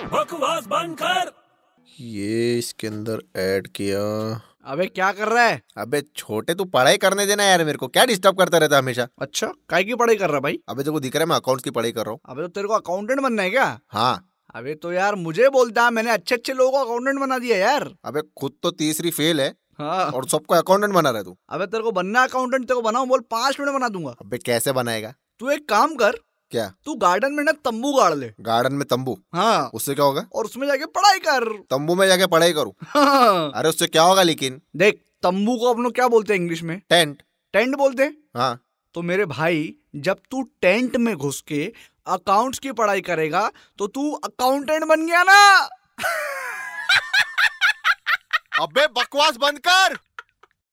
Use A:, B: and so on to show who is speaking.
A: आवाज बंद कर
B: ये इसके अंदर ऐड किया
C: अबे क्या कर रहा है
B: अबे छोटे तू पढ़ाई करने देना यार मेरे को क्या डिस्टर्ब करता रहता है हमेशा
C: अच्छा काय की पढ़ाई कर रहा है भाई
B: अबे देखो दिख रहा है मैं अकाउंट्स की पढ़ाई कर रहा हूँ
C: अबे तो तेरे को अकाउंटेंट बनना है क्या
B: हाँ
C: अबे तो यार मुझे बोलता मैंने अच्छे अच्छे लोगों को अकाउंटेंट बना दिया यार
B: अबे खुद तो तीसरी फेल है
C: हाँ
B: और सबको अकाउंटेंट बना रहा है तू
C: अबे तेरे को बनना अकाउंटेंट तेरे को बनाऊं बोल पांच मिनट में बना दूंगा
B: अबे कैसे बनाएगा
C: तू एक काम कर
B: क्या?
C: तू गार्डन में ना तंबू गाड़ ले
B: गार्डन में तंबू
C: हाँ
B: उससे क्या होगा
C: और उसमें जाके पढ़ाई कर
B: तंबू में जाके पढ़ाई करूँ
C: हाँ।
B: अरे उससे क्या होगा लेकिन
C: देख तंबू को अपन लोग क्या बोलते हैं इंग्लिश में
B: टेंट
C: टेंट बोलते हैं
B: हाँ
C: तो मेरे भाई जब तू टेंट में घुस के अकाउंट्स की पढ़ाई करेगा तो तू अकाउंटेंट बन गया ना
B: अबे बकवास बंद कर